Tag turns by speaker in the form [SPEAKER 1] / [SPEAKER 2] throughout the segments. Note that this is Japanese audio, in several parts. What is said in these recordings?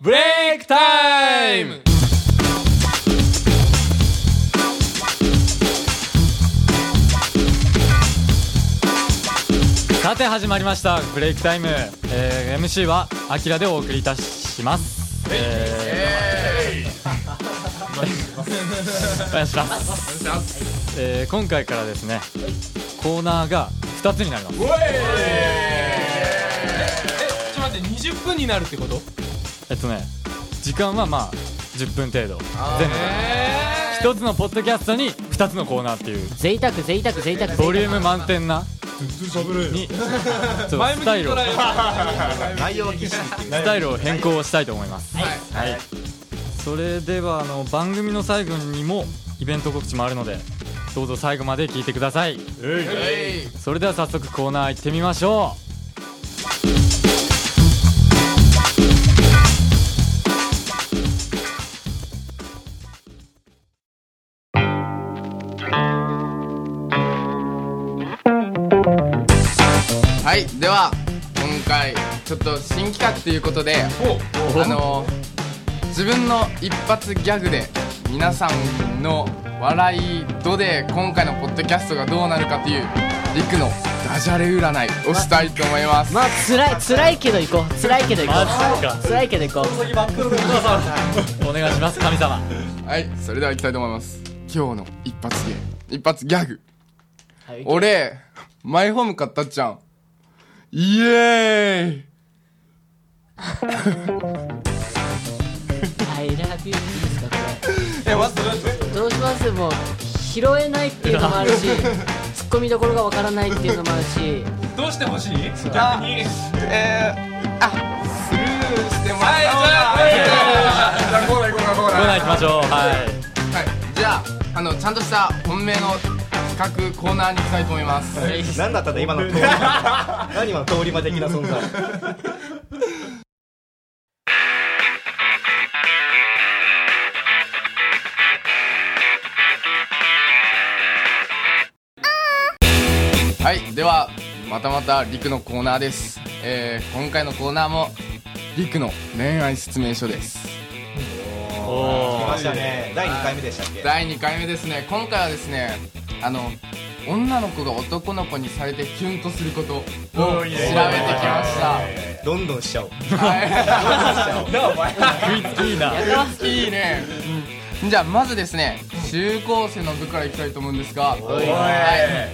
[SPEAKER 1] ブレイクタイムさて始まりましたブレイクタイム、えー、MC はアキラでお送りいたします、えー、お願いしますえー今回からですねコーナーが2つになります
[SPEAKER 2] ちょっと待って20分になるってこと
[SPEAKER 1] えっとね時間はまあ10分程度全部一つのポッドキャストに2つのコーナーっていう
[SPEAKER 3] 贅沢贅沢贅沢
[SPEAKER 1] ボリューム満点なにちょっと
[SPEAKER 2] 前
[SPEAKER 1] ス
[SPEAKER 2] 向き
[SPEAKER 1] タイ
[SPEAKER 2] に
[SPEAKER 1] ルを
[SPEAKER 2] 捉える
[SPEAKER 1] スタイルを変更したいと思いますはい、それではあの番組の最後にもイベント告知もあるのでどうぞ最後まで聞いてくださいそれでは早速コーナー行ってみましょ
[SPEAKER 4] はいでは今回ちょっと新企画ということであの自分の一発ギャグで皆さんの笑い度で今回のポッドキャストがどうなるかというリクのダジャレ占いをしたいと思います
[SPEAKER 3] まあ辛い辛いけど行こう辛いけど行こ
[SPEAKER 1] マジか
[SPEAKER 3] う辛いけど行こう
[SPEAKER 1] うお願いします神様
[SPEAKER 4] はいそれではいきたいと思います今日の一発芸一発ギャグ
[SPEAKER 3] はい
[SPEAKER 4] 俺マイホーム買ったっちゃんイエーイ
[SPEAKER 3] I love you いいですかこ
[SPEAKER 2] え待って待って
[SPEAKER 3] れどうしますもう拾えないっていうのもあるしツッコミどころがわからないっていうのもあるし
[SPEAKER 2] どうしてほしい逆に
[SPEAKER 4] えー、あスルーしてもらった方が
[SPEAKER 2] はいじゃ
[SPEAKER 4] じゃあコーナー行こうかコーナ
[SPEAKER 1] コーナー行きましょうはい
[SPEAKER 4] はい、じゃああのちゃんとした本命の企画コーナーに行きたいと思います、
[SPEAKER 5] 何だったんだ今の通り何今の通り魔的な存在
[SPEAKER 4] はいではまたまたリクのコーナーです、えー、今回のコーナーもリクの恋愛説明書です
[SPEAKER 5] 来ましたね第2回目でしたっけ
[SPEAKER 4] 第2回目ですね今回はですねあの女の子が男の子にされてキュンとすることを調べてきました
[SPEAKER 5] どんどんしちゃおう
[SPEAKER 4] は
[SPEAKER 1] 食 いつきいいない
[SPEAKER 4] いいね、じゃあまずですね中高生の部からいきたいと思うんですがは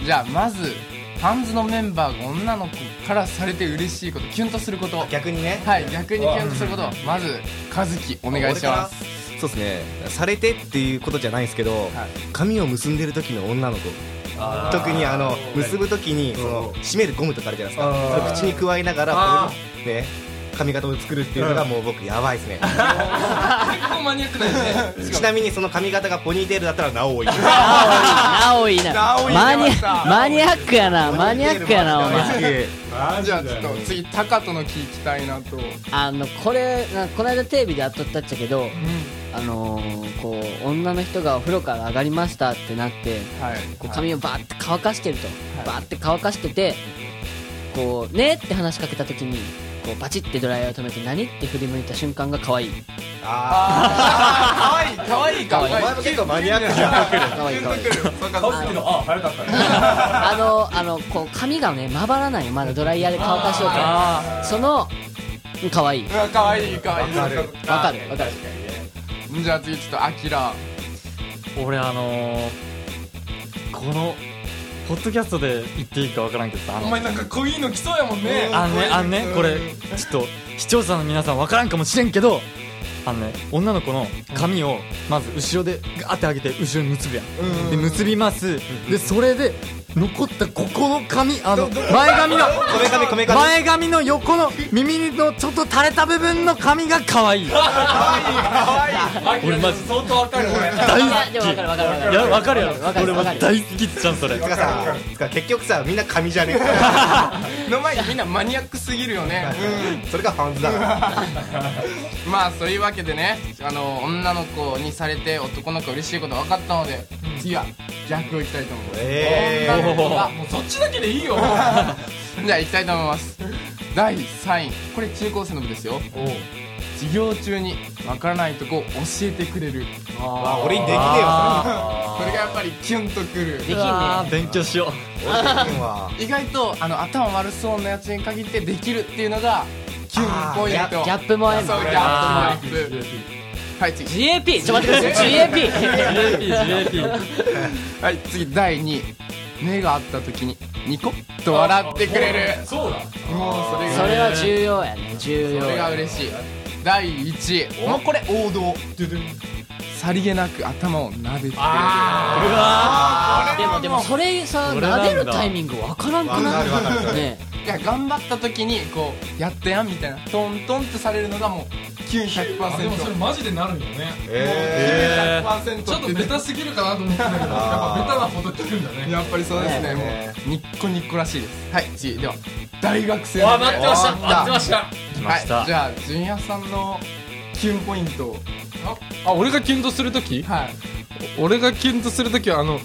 [SPEAKER 4] いじゃあまずパンズのメンバーが女の子からされて嬉しいことキュンとすること
[SPEAKER 5] 逆にね
[SPEAKER 4] はい逆にキュンとすることまず和樹お願いします
[SPEAKER 5] すそうですねされてっていうことじゃないですけど、髪を結んでる時の女の子特にあの結ぶ時にその締めるゴムとかあるじゃないですかそれ口に加えながらこういうね髪型を作るっていうのがもう僕やばいです ね
[SPEAKER 2] 結構マニアックだよね
[SPEAKER 5] ちなみにその髪型がポニーテールだったらなお多い
[SPEAKER 3] なおいな
[SPEAKER 4] なおいな
[SPEAKER 3] マニアマニアックやなマニアックやなお前
[SPEAKER 5] 前
[SPEAKER 4] じゃあちょっと次タカトの木行きたいなと
[SPEAKER 3] あのこれなこの間テレビで当たったっちゃけど、あのー、こう女の人がお風呂から上がりましたってなって
[SPEAKER 4] はい
[SPEAKER 3] こう髪をバーって乾かしてると、バーって乾かしててこうねって話しかけた時にこうバチってドライヤーを止めて何って振り向いた瞬間が可愛い
[SPEAKER 5] あ
[SPEAKER 4] 可愛い可愛い可
[SPEAKER 5] ーお
[SPEAKER 4] 愛い
[SPEAKER 5] 前も結構マニアックじゃん
[SPEAKER 3] 可愛い可愛い
[SPEAKER 2] あ早かった
[SPEAKER 3] あのあのこう髪がねまばらないまだドライヤーで乾かしようからそのうん可愛いう
[SPEAKER 4] わ可愛い可愛い
[SPEAKER 5] わかる
[SPEAKER 3] わかるわかる
[SPEAKER 4] じゃあ次ちょっとアキラ
[SPEAKER 1] 俺あのー、このポッドキャストで言っていいかわからんけどさあ
[SPEAKER 2] お
[SPEAKER 1] の
[SPEAKER 2] 前なんかこういうの来そうやもんね
[SPEAKER 1] あのねあのねこれちょっと視聴者の皆さんわからんかもしれんけどあのね女の子の髪をまず後ろでガーって上げて後ろに結ぶやんで結びますでそれで残ったここの髪あの前髪の
[SPEAKER 5] こめかみこめかみ
[SPEAKER 1] 前髪の横の耳のちょっと垂れた部分の髪が可愛い
[SPEAKER 2] あ
[SPEAKER 1] 俺マジ
[SPEAKER 2] 相当わかる俺
[SPEAKER 1] 大
[SPEAKER 3] いやでもわかる
[SPEAKER 1] い
[SPEAKER 3] わかるわか
[SPEAKER 1] やわかるや
[SPEAKER 3] る
[SPEAKER 1] ろ
[SPEAKER 3] わかる
[SPEAKER 1] 俺
[SPEAKER 3] わ
[SPEAKER 1] も
[SPEAKER 3] かる
[SPEAKER 1] 大好きじゃんそれ
[SPEAKER 5] つかさつか結局さみんな髪じゃね
[SPEAKER 4] の前にみんなマニアックすぎるよね
[SPEAKER 5] えそれがファンズだから
[SPEAKER 4] まあそういうわけでねあの女の子にされて男の子嬉しいこと分かったので、次は逆をいきたいと思います
[SPEAKER 5] ええ
[SPEAKER 4] あ
[SPEAKER 2] もうそっちだけでいいよ
[SPEAKER 4] じゃあいきたいと思います第3位これ中高生の部ですよ授業中にわからないとこ教えてくれる
[SPEAKER 5] あ俺にできねえよ
[SPEAKER 4] これがやっぱりキュンとくる
[SPEAKER 3] できんね
[SPEAKER 1] あー勉強しよ
[SPEAKER 4] 意外とあの頭悪そうなやつに限ってできるっていうのがキュンポイン
[SPEAKER 3] ギャ
[SPEAKER 4] ト
[SPEAKER 3] ギャップもある
[SPEAKER 4] そうギャップギャップはい次
[SPEAKER 3] GAP ちょっと待ってください GAP
[SPEAKER 1] う JP
[SPEAKER 4] はい次第2位目が合った時にニコッと笑ってくれる
[SPEAKER 2] そうだ
[SPEAKER 4] もうそれ
[SPEAKER 3] そ
[SPEAKER 4] が
[SPEAKER 3] れは重要やね重
[SPEAKER 4] そ
[SPEAKER 3] 要
[SPEAKER 4] れが嬉しい第1位もうこれ王道さりげなく頭を撫でてくれる
[SPEAKER 1] うわ
[SPEAKER 3] でもでもそれさ
[SPEAKER 1] それなんだ
[SPEAKER 3] 撫でるタイミングわからんくない
[SPEAKER 5] わかるわか
[SPEAKER 3] ね
[SPEAKER 4] いや頑張った時にこうやったやんみたいなトントンってされるのがもう900%
[SPEAKER 2] あでもそれマジでなるよね
[SPEAKER 5] え
[SPEAKER 4] 900%
[SPEAKER 2] ちょっとベタすぎるかなと思ってたけどやっぱベタなほど効くんだね
[SPEAKER 4] やっぱりそうですね
[SPEAKER 5] ね
[SPEAKER 4] もうニッコニッコらしいですはい次では大学生
[SPEAKER 2] わ待ってました
[SPEAKER 4] おー
[SPEAKER 2] 待ってました
[SPEAKER 1] 来まし
[SPEAKER 4] は
[SPEAKER 1] た
[SPEAKER 4] い、じゃあジュニアさんのキュンポイントを
[SPEAKER 2] あ俺がキュンとするとき
[SPEAKER 4] はい
[SPEAKER 2] 俺がキュンとするときはあの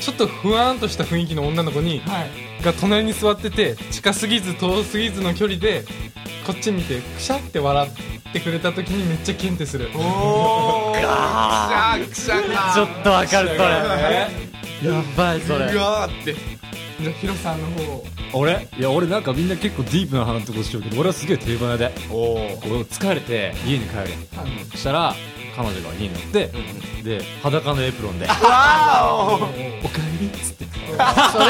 [SPEAKER 2] ちょっと不安とした雰囲気の女の子に
[SPEAKER 4] はい
[SPEAKER 2] が隣に座ってて近すぎず遠すぎずの距離でこっち見てくしゃって笑ってくれたときにめっちゃキュンってする
[SPEAKER 4] おおくしゃくしゃ
[SPEAKER 1] ちょ
[SPEAKER 4] か
[SPEAKER 1] っとわかるそれやばいそれ
[SPEAKER 4] うわーってじゃあヒロさんの方を
[SPEAKER 6] 俺いや俺なんかみんな結構ディープな話のとこしようけど俺はすげえ定番屋でこう疲れて家に帰るやんそしたら彼女が家に乗って、で裸のエプロン でおかえりっつって
[SPEAKER 3] それ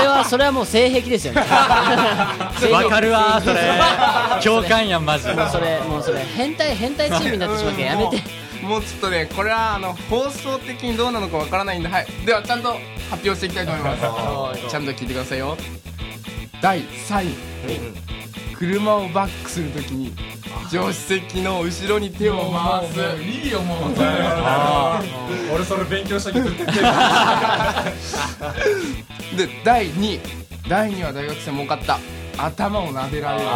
[SPEAKER 3] はそれはもう性癖ですよね性癖
[SPEAKER 1] わかるわーそれ共感やんマジ
[SPEAKER 3] もうそれもうそれ変態変態チームになってしまうからやめて
[SPEAKER 4] もうもうちょっとねこれはあの放送的にどうなのかわからないんではいではちゃんと発表していきたいと思いますちゃんと聞いてくださいよ第3位車をバックするときに助手席の後ろに手を回す
[SPEAKER 2] いいよもう俺それ勉強したけど
[SPEAKER 4] で第2位第2位は大学生も多かった頭を撫でられる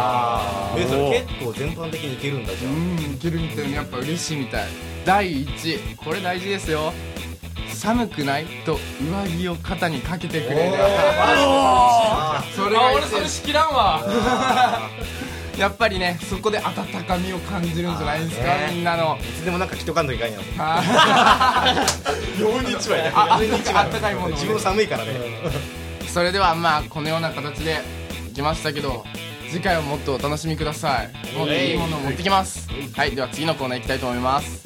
[SPEAKER 5] えそれ結構全般的にいけるんだじゃん
[SPEAKER 4] うんいけるみたいなやっぱ嬉しいみたい第1位これ大事ですよ寒くないと上着を肩にかけてくれるそれが
[SPEAKER 2] あ俺
[SPEAKER 4] 一
[SPEAKER 2] それ
[SPEAKER 4] 番
[SPEAKER 2] しきらんわ
[SPEAKER 4] やっぱりねそこで温かみを感じるんじゃないですか
[SPEAKER 5] あーね
[SPEAKER 4] みんなの
[SPEAKER 5] いつでもなんか人かんといかんやん
[SPEAKER 4] 4日はやああったかいものをね
[SPEAKER 5] 自分寒いからね
[SPEAKER 4] それではまあこのような形でいきましたけど次回をもっとお楽しみくださいもっといいものを持ってきますはいでは次のコーナー行きたいと思います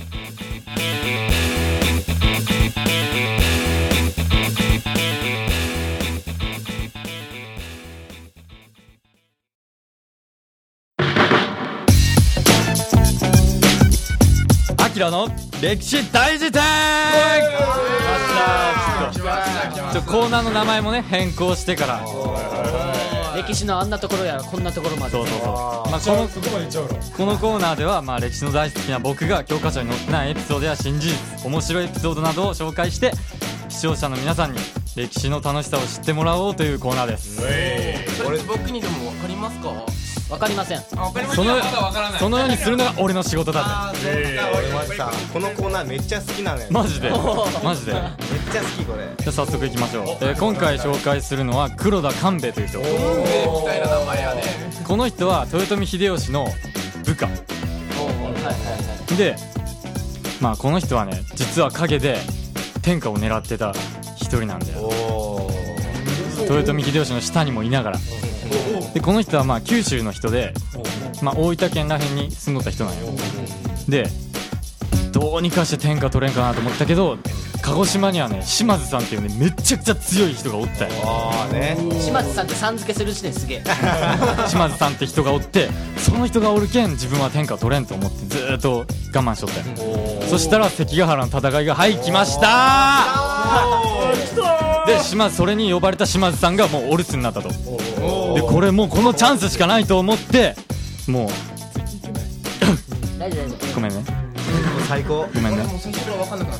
[SPEAKER 1] アキラの歴史大辞典
[SPEAKER 4] 来ました来ま
[SPEAKER 1] ちょコーナーの名前もね変更してから
[SPEAKER 3] 歴史のあんなところやこんなところまで
[SPEAKER 1] そうそうそうまあ、このこのコーナーでは、まあ、歴史の大好きな僕が教科書に載ってないエピソードや新事実面白いエピソードなどを紹介して視聴者の皆さんに歴史の楽しさを知ってもらおうというコーナーです
[SPEAKER 4] したこれ僕にでも分かりますか
[SPEAKER 3] わかりません
[SPEAKER 4] あ分かりま
[SPEAKER 1] その
[SPEAKER 2] まだわからない
[SPEAKER 1] そのようにするのが俺の仕事だ
[SPEAKER 4] あそうなんだ
[SPEAKER 5] 俺マジさこのコーナーめっちゃ好きなのよ
[SPEAKER 1] ぜ
[SPEAKER 5] めっ
[SPEAKER 1] マジでマジでじゃ
[SPEAKER 5] ちゃ好きこれ
[SPEAKER 1] あ早速いきましょう、えー今回紹介するのは黒田官兵衛という人
[SPEAKER 4] みたいな名前やね
[SPEAKER 1] この人は豊臣秀吉の部下でまあこの人はね実は陰で天下を狙ってた一人なんだよ
[SPEAKER 5] お
[SPEAKER 1] 豊臣秀吉の下にもいながらでこの人はまあ九州の人で、まあ、大分県らへんに住んどった人なんよでどうにかして天下取れんかなと思ったけど鹿児島にはね島津さんっていうねめちゃくちゃ強い人がおったよ
[SPEAKER 5] ああね
[SPEAKER 3] 島津さんってさん付けする時点すげえ
[SPEAKER 1] 島津さんって人がおってその人がおるけん自分は天下取れんと思ってずーっと我慢しとったよそしたら関ヶ原の戦いがはい来ましたで島津それに呼ばれた島津さんがもうお留守になったとでこれもうこのチャンスしかないと思ってもう
[SPEAKER 3] 大丈夫大丈夫
[SPEAKER 1] ごめんね
[SPEAKER 5] 最高
[SPEAKER 1] ごめんね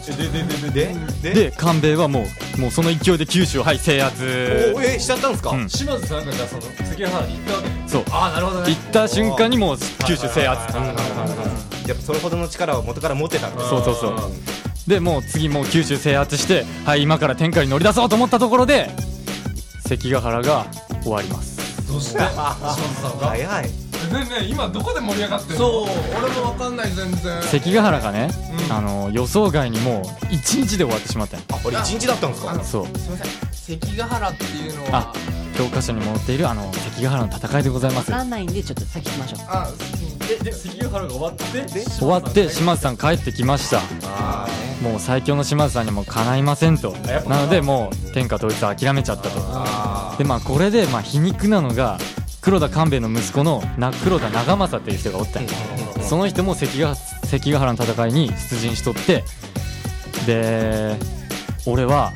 [SPEAKER 5] でででででで
[SPEAKER 1] で官兵衛はもうもうその勢いで九州をはい制圧
[SPEAKER 5] おえしちゃったんすか
[SPEAKER 1] うん
[SPEAKER 2] 島津さんがじゃあその関ヶ原に行ったわけね
[SPEAKER 1] そう
[SPEAKER 2] ああなるほど
[SPEAKER 1] 行った瞬間にもう九州制圧
[SPEAKER 5] やっぱそれほどの力を元から持ってたんだ
[SPEAKER 1] そうそうそうでもう次もう九州制圧してはい今から天下に乗り出そうと思ったところで関ヶ原が終わります
[SPEAKER 5] 早い
[SPEAKER 2] ねえねえ今どこで盛り上がってるの
[SPEAKER 4] そう俺もわかんない全然
[SPEAKER 1] 関ヶ原がね、
[SPEAKER 2] うん
[SPEAKER 1] あの予想外にもう1日で終わってしまったよ
[SPEAKER 5] あこれ一日だったんです
[SPEAKER 4] あ
[SPEAKER 5] か
[SPEAKER 4] の
[SPEAKER 1] そう
[SPEAKER 4] すいません関ヶ原っていうのは
[SPEAKER 1] あ教科書に載っているあの関ヶ原の戦いでございま
[SPEAKER 3] わ
[SPEAKER 1] す
[SPEAKER 3] かんないんでちょっと先行きましょう
[SPEAKER 4] あうん
[SPEAKER 7] で関ヶ原が終わって
[SPEAKER 1] 終わって島津さん帰ってきましたもう最強の島津さんにもかないませんとなのでもう天下統一は諦めちゃったとでまあこれでまあ皮肉なのが黒田官兵衛の息子のな黒田長政っていう人がおったんやその人も関ヶ関ヶ原の戦いに出陣しとってで俺は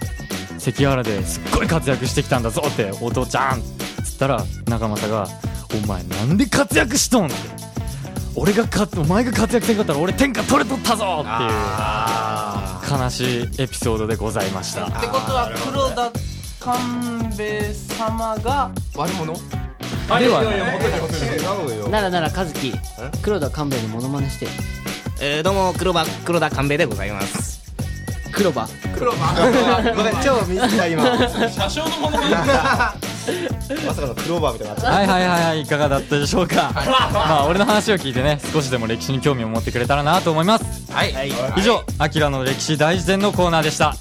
[SPEAKER 1] 関ヶ原ですっごい活躍してきたんだぞってお父ちゃんっつったら長政が「お前なんで活躍しとん?」って俺がかお前が活躍せんかったら俺天下取れとったぞっていう悲しいエピソードでございました
[SPEAKER 4] ってことは黒田官兵衛様が悪者
[SPEAKER 1] ではね
[SPEAKER 3] ならなら和樹黒田勘兵衛のモノマネしてよ
[SPEAKER 5] えー、どうも黒羽黒田勘兵衛でございます
[SPEAKER 3] 黒羽
[SPEAKER 4] 黒田
[SPEAKER 5] ごめん超短い今 ま
[SPEAKER 2] 車掌のものまね
[SPEAKER 5] さかのクローバーみたいになっちゃっ
[SPEAKER 1] はいはいはいはいいかがだったでしょう かまあ俺の話を聞いてね少しでも歴史に興味を持ってくれたらなと思います
[SPEAKER 5] たはい、はい、
[SPEAKER 1] 以上「アキラの歴史大辞典」のコーナーでした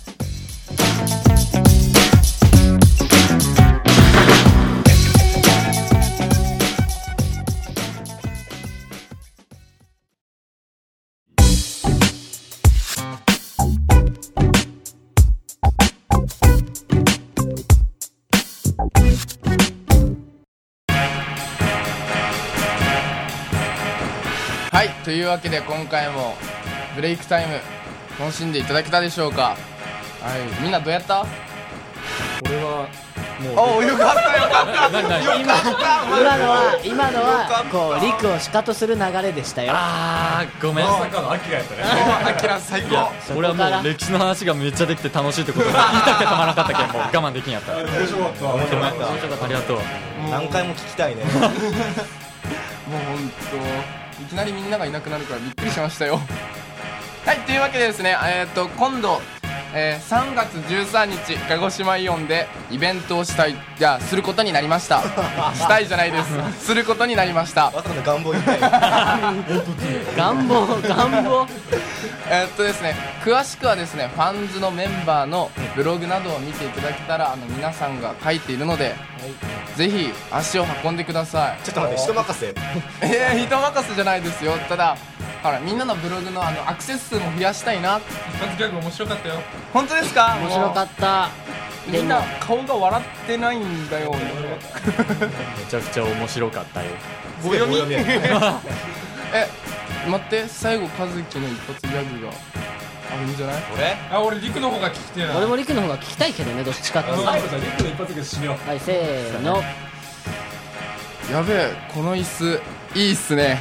[SPEAKER 4] はいというわけで今回もブレイクタイム楽しんでいただけたでしょうかはいみんなどうやった
[SPEAKER 7] 俺は
[SPEAKER 4] おおよかったよかった
[SPEAKER 3] 今のは今のはこう陸をシカとする流れでしたよ
[SPEAKER 1] あーごめんなさい
[SPEAKER 7] 中のアキラやったね
[SPEAKER 4] あきら最高
[SPEAKER 3] そこ
[SPEAKER 1] 俺はも
[SPEAKER 3] か
[SPEAKER 1] う
[SPEAKER 3] ら
[SPEAKER 1] 歴史の話がめっちゃできて楽しいって ことが言いたくてたまらなかったけんもう我慢できんやったごめん
[SPEAKER 7] 面白かった面白かっ
[SPEAKER 1] ありがとう
[SPEAKER 5] 何回も聞きたいね
[SPEAKER 4] もうほんといきなりみんながいなくなるからびっくりしましたよ はいというわけでですねえっ、と今度、えー3月13日鹿児島イオンでイベントをしたいいやすることになりましたしたいじゃないですすることになりま した
[SPEAKER 5] まさかの願望言いたい
[SPEAKER 3] 願望願望
[SPEAKER 4] えーっとですね詳しくはですねファンズのメンバーのブログなどを見ていただけたらあの皆さんが書いているので、ぜひ足を運んでください
[SPEAKER 5] ちょっと待って人任せ
[SPEAKER 4] えー、人任せじゃないですよただほらみんなのブログのあのアクセス数も増やしたいな
[SPEAKER 2] 一発ギャグ面白かったよ
[SPEAKER 4] 本当ですか
[SPEAKER 3] 面白か
[SPEAKER 4] っ
[SPEAKER 3] った
[SPEAKER 4] た
[SPEAKER 3] で
[SPEAKER 4] みんな
[SPEAKER 3] も
[SPEAKER 4] 顔が笑ってないんだよ
[SPEAKER 1] めちゃくちゃ面白かったよ
[SPEAKER 5] 棒読み
[SPEAKER 4] え待って最後和樹の一発ギャグがあるんじゃない
[SPEAKER 2] あ俺陸の方が聞きてえな
[SPEAKER 3] 俺も陸の方が聞きたいけどねどっちかっていうとは
[SPEAKER 7] 最後じゃあリップの一発で締めよう
[SPEAKER 3] いせーの
[SPEAKER 4] やべえこの椅子いいっすね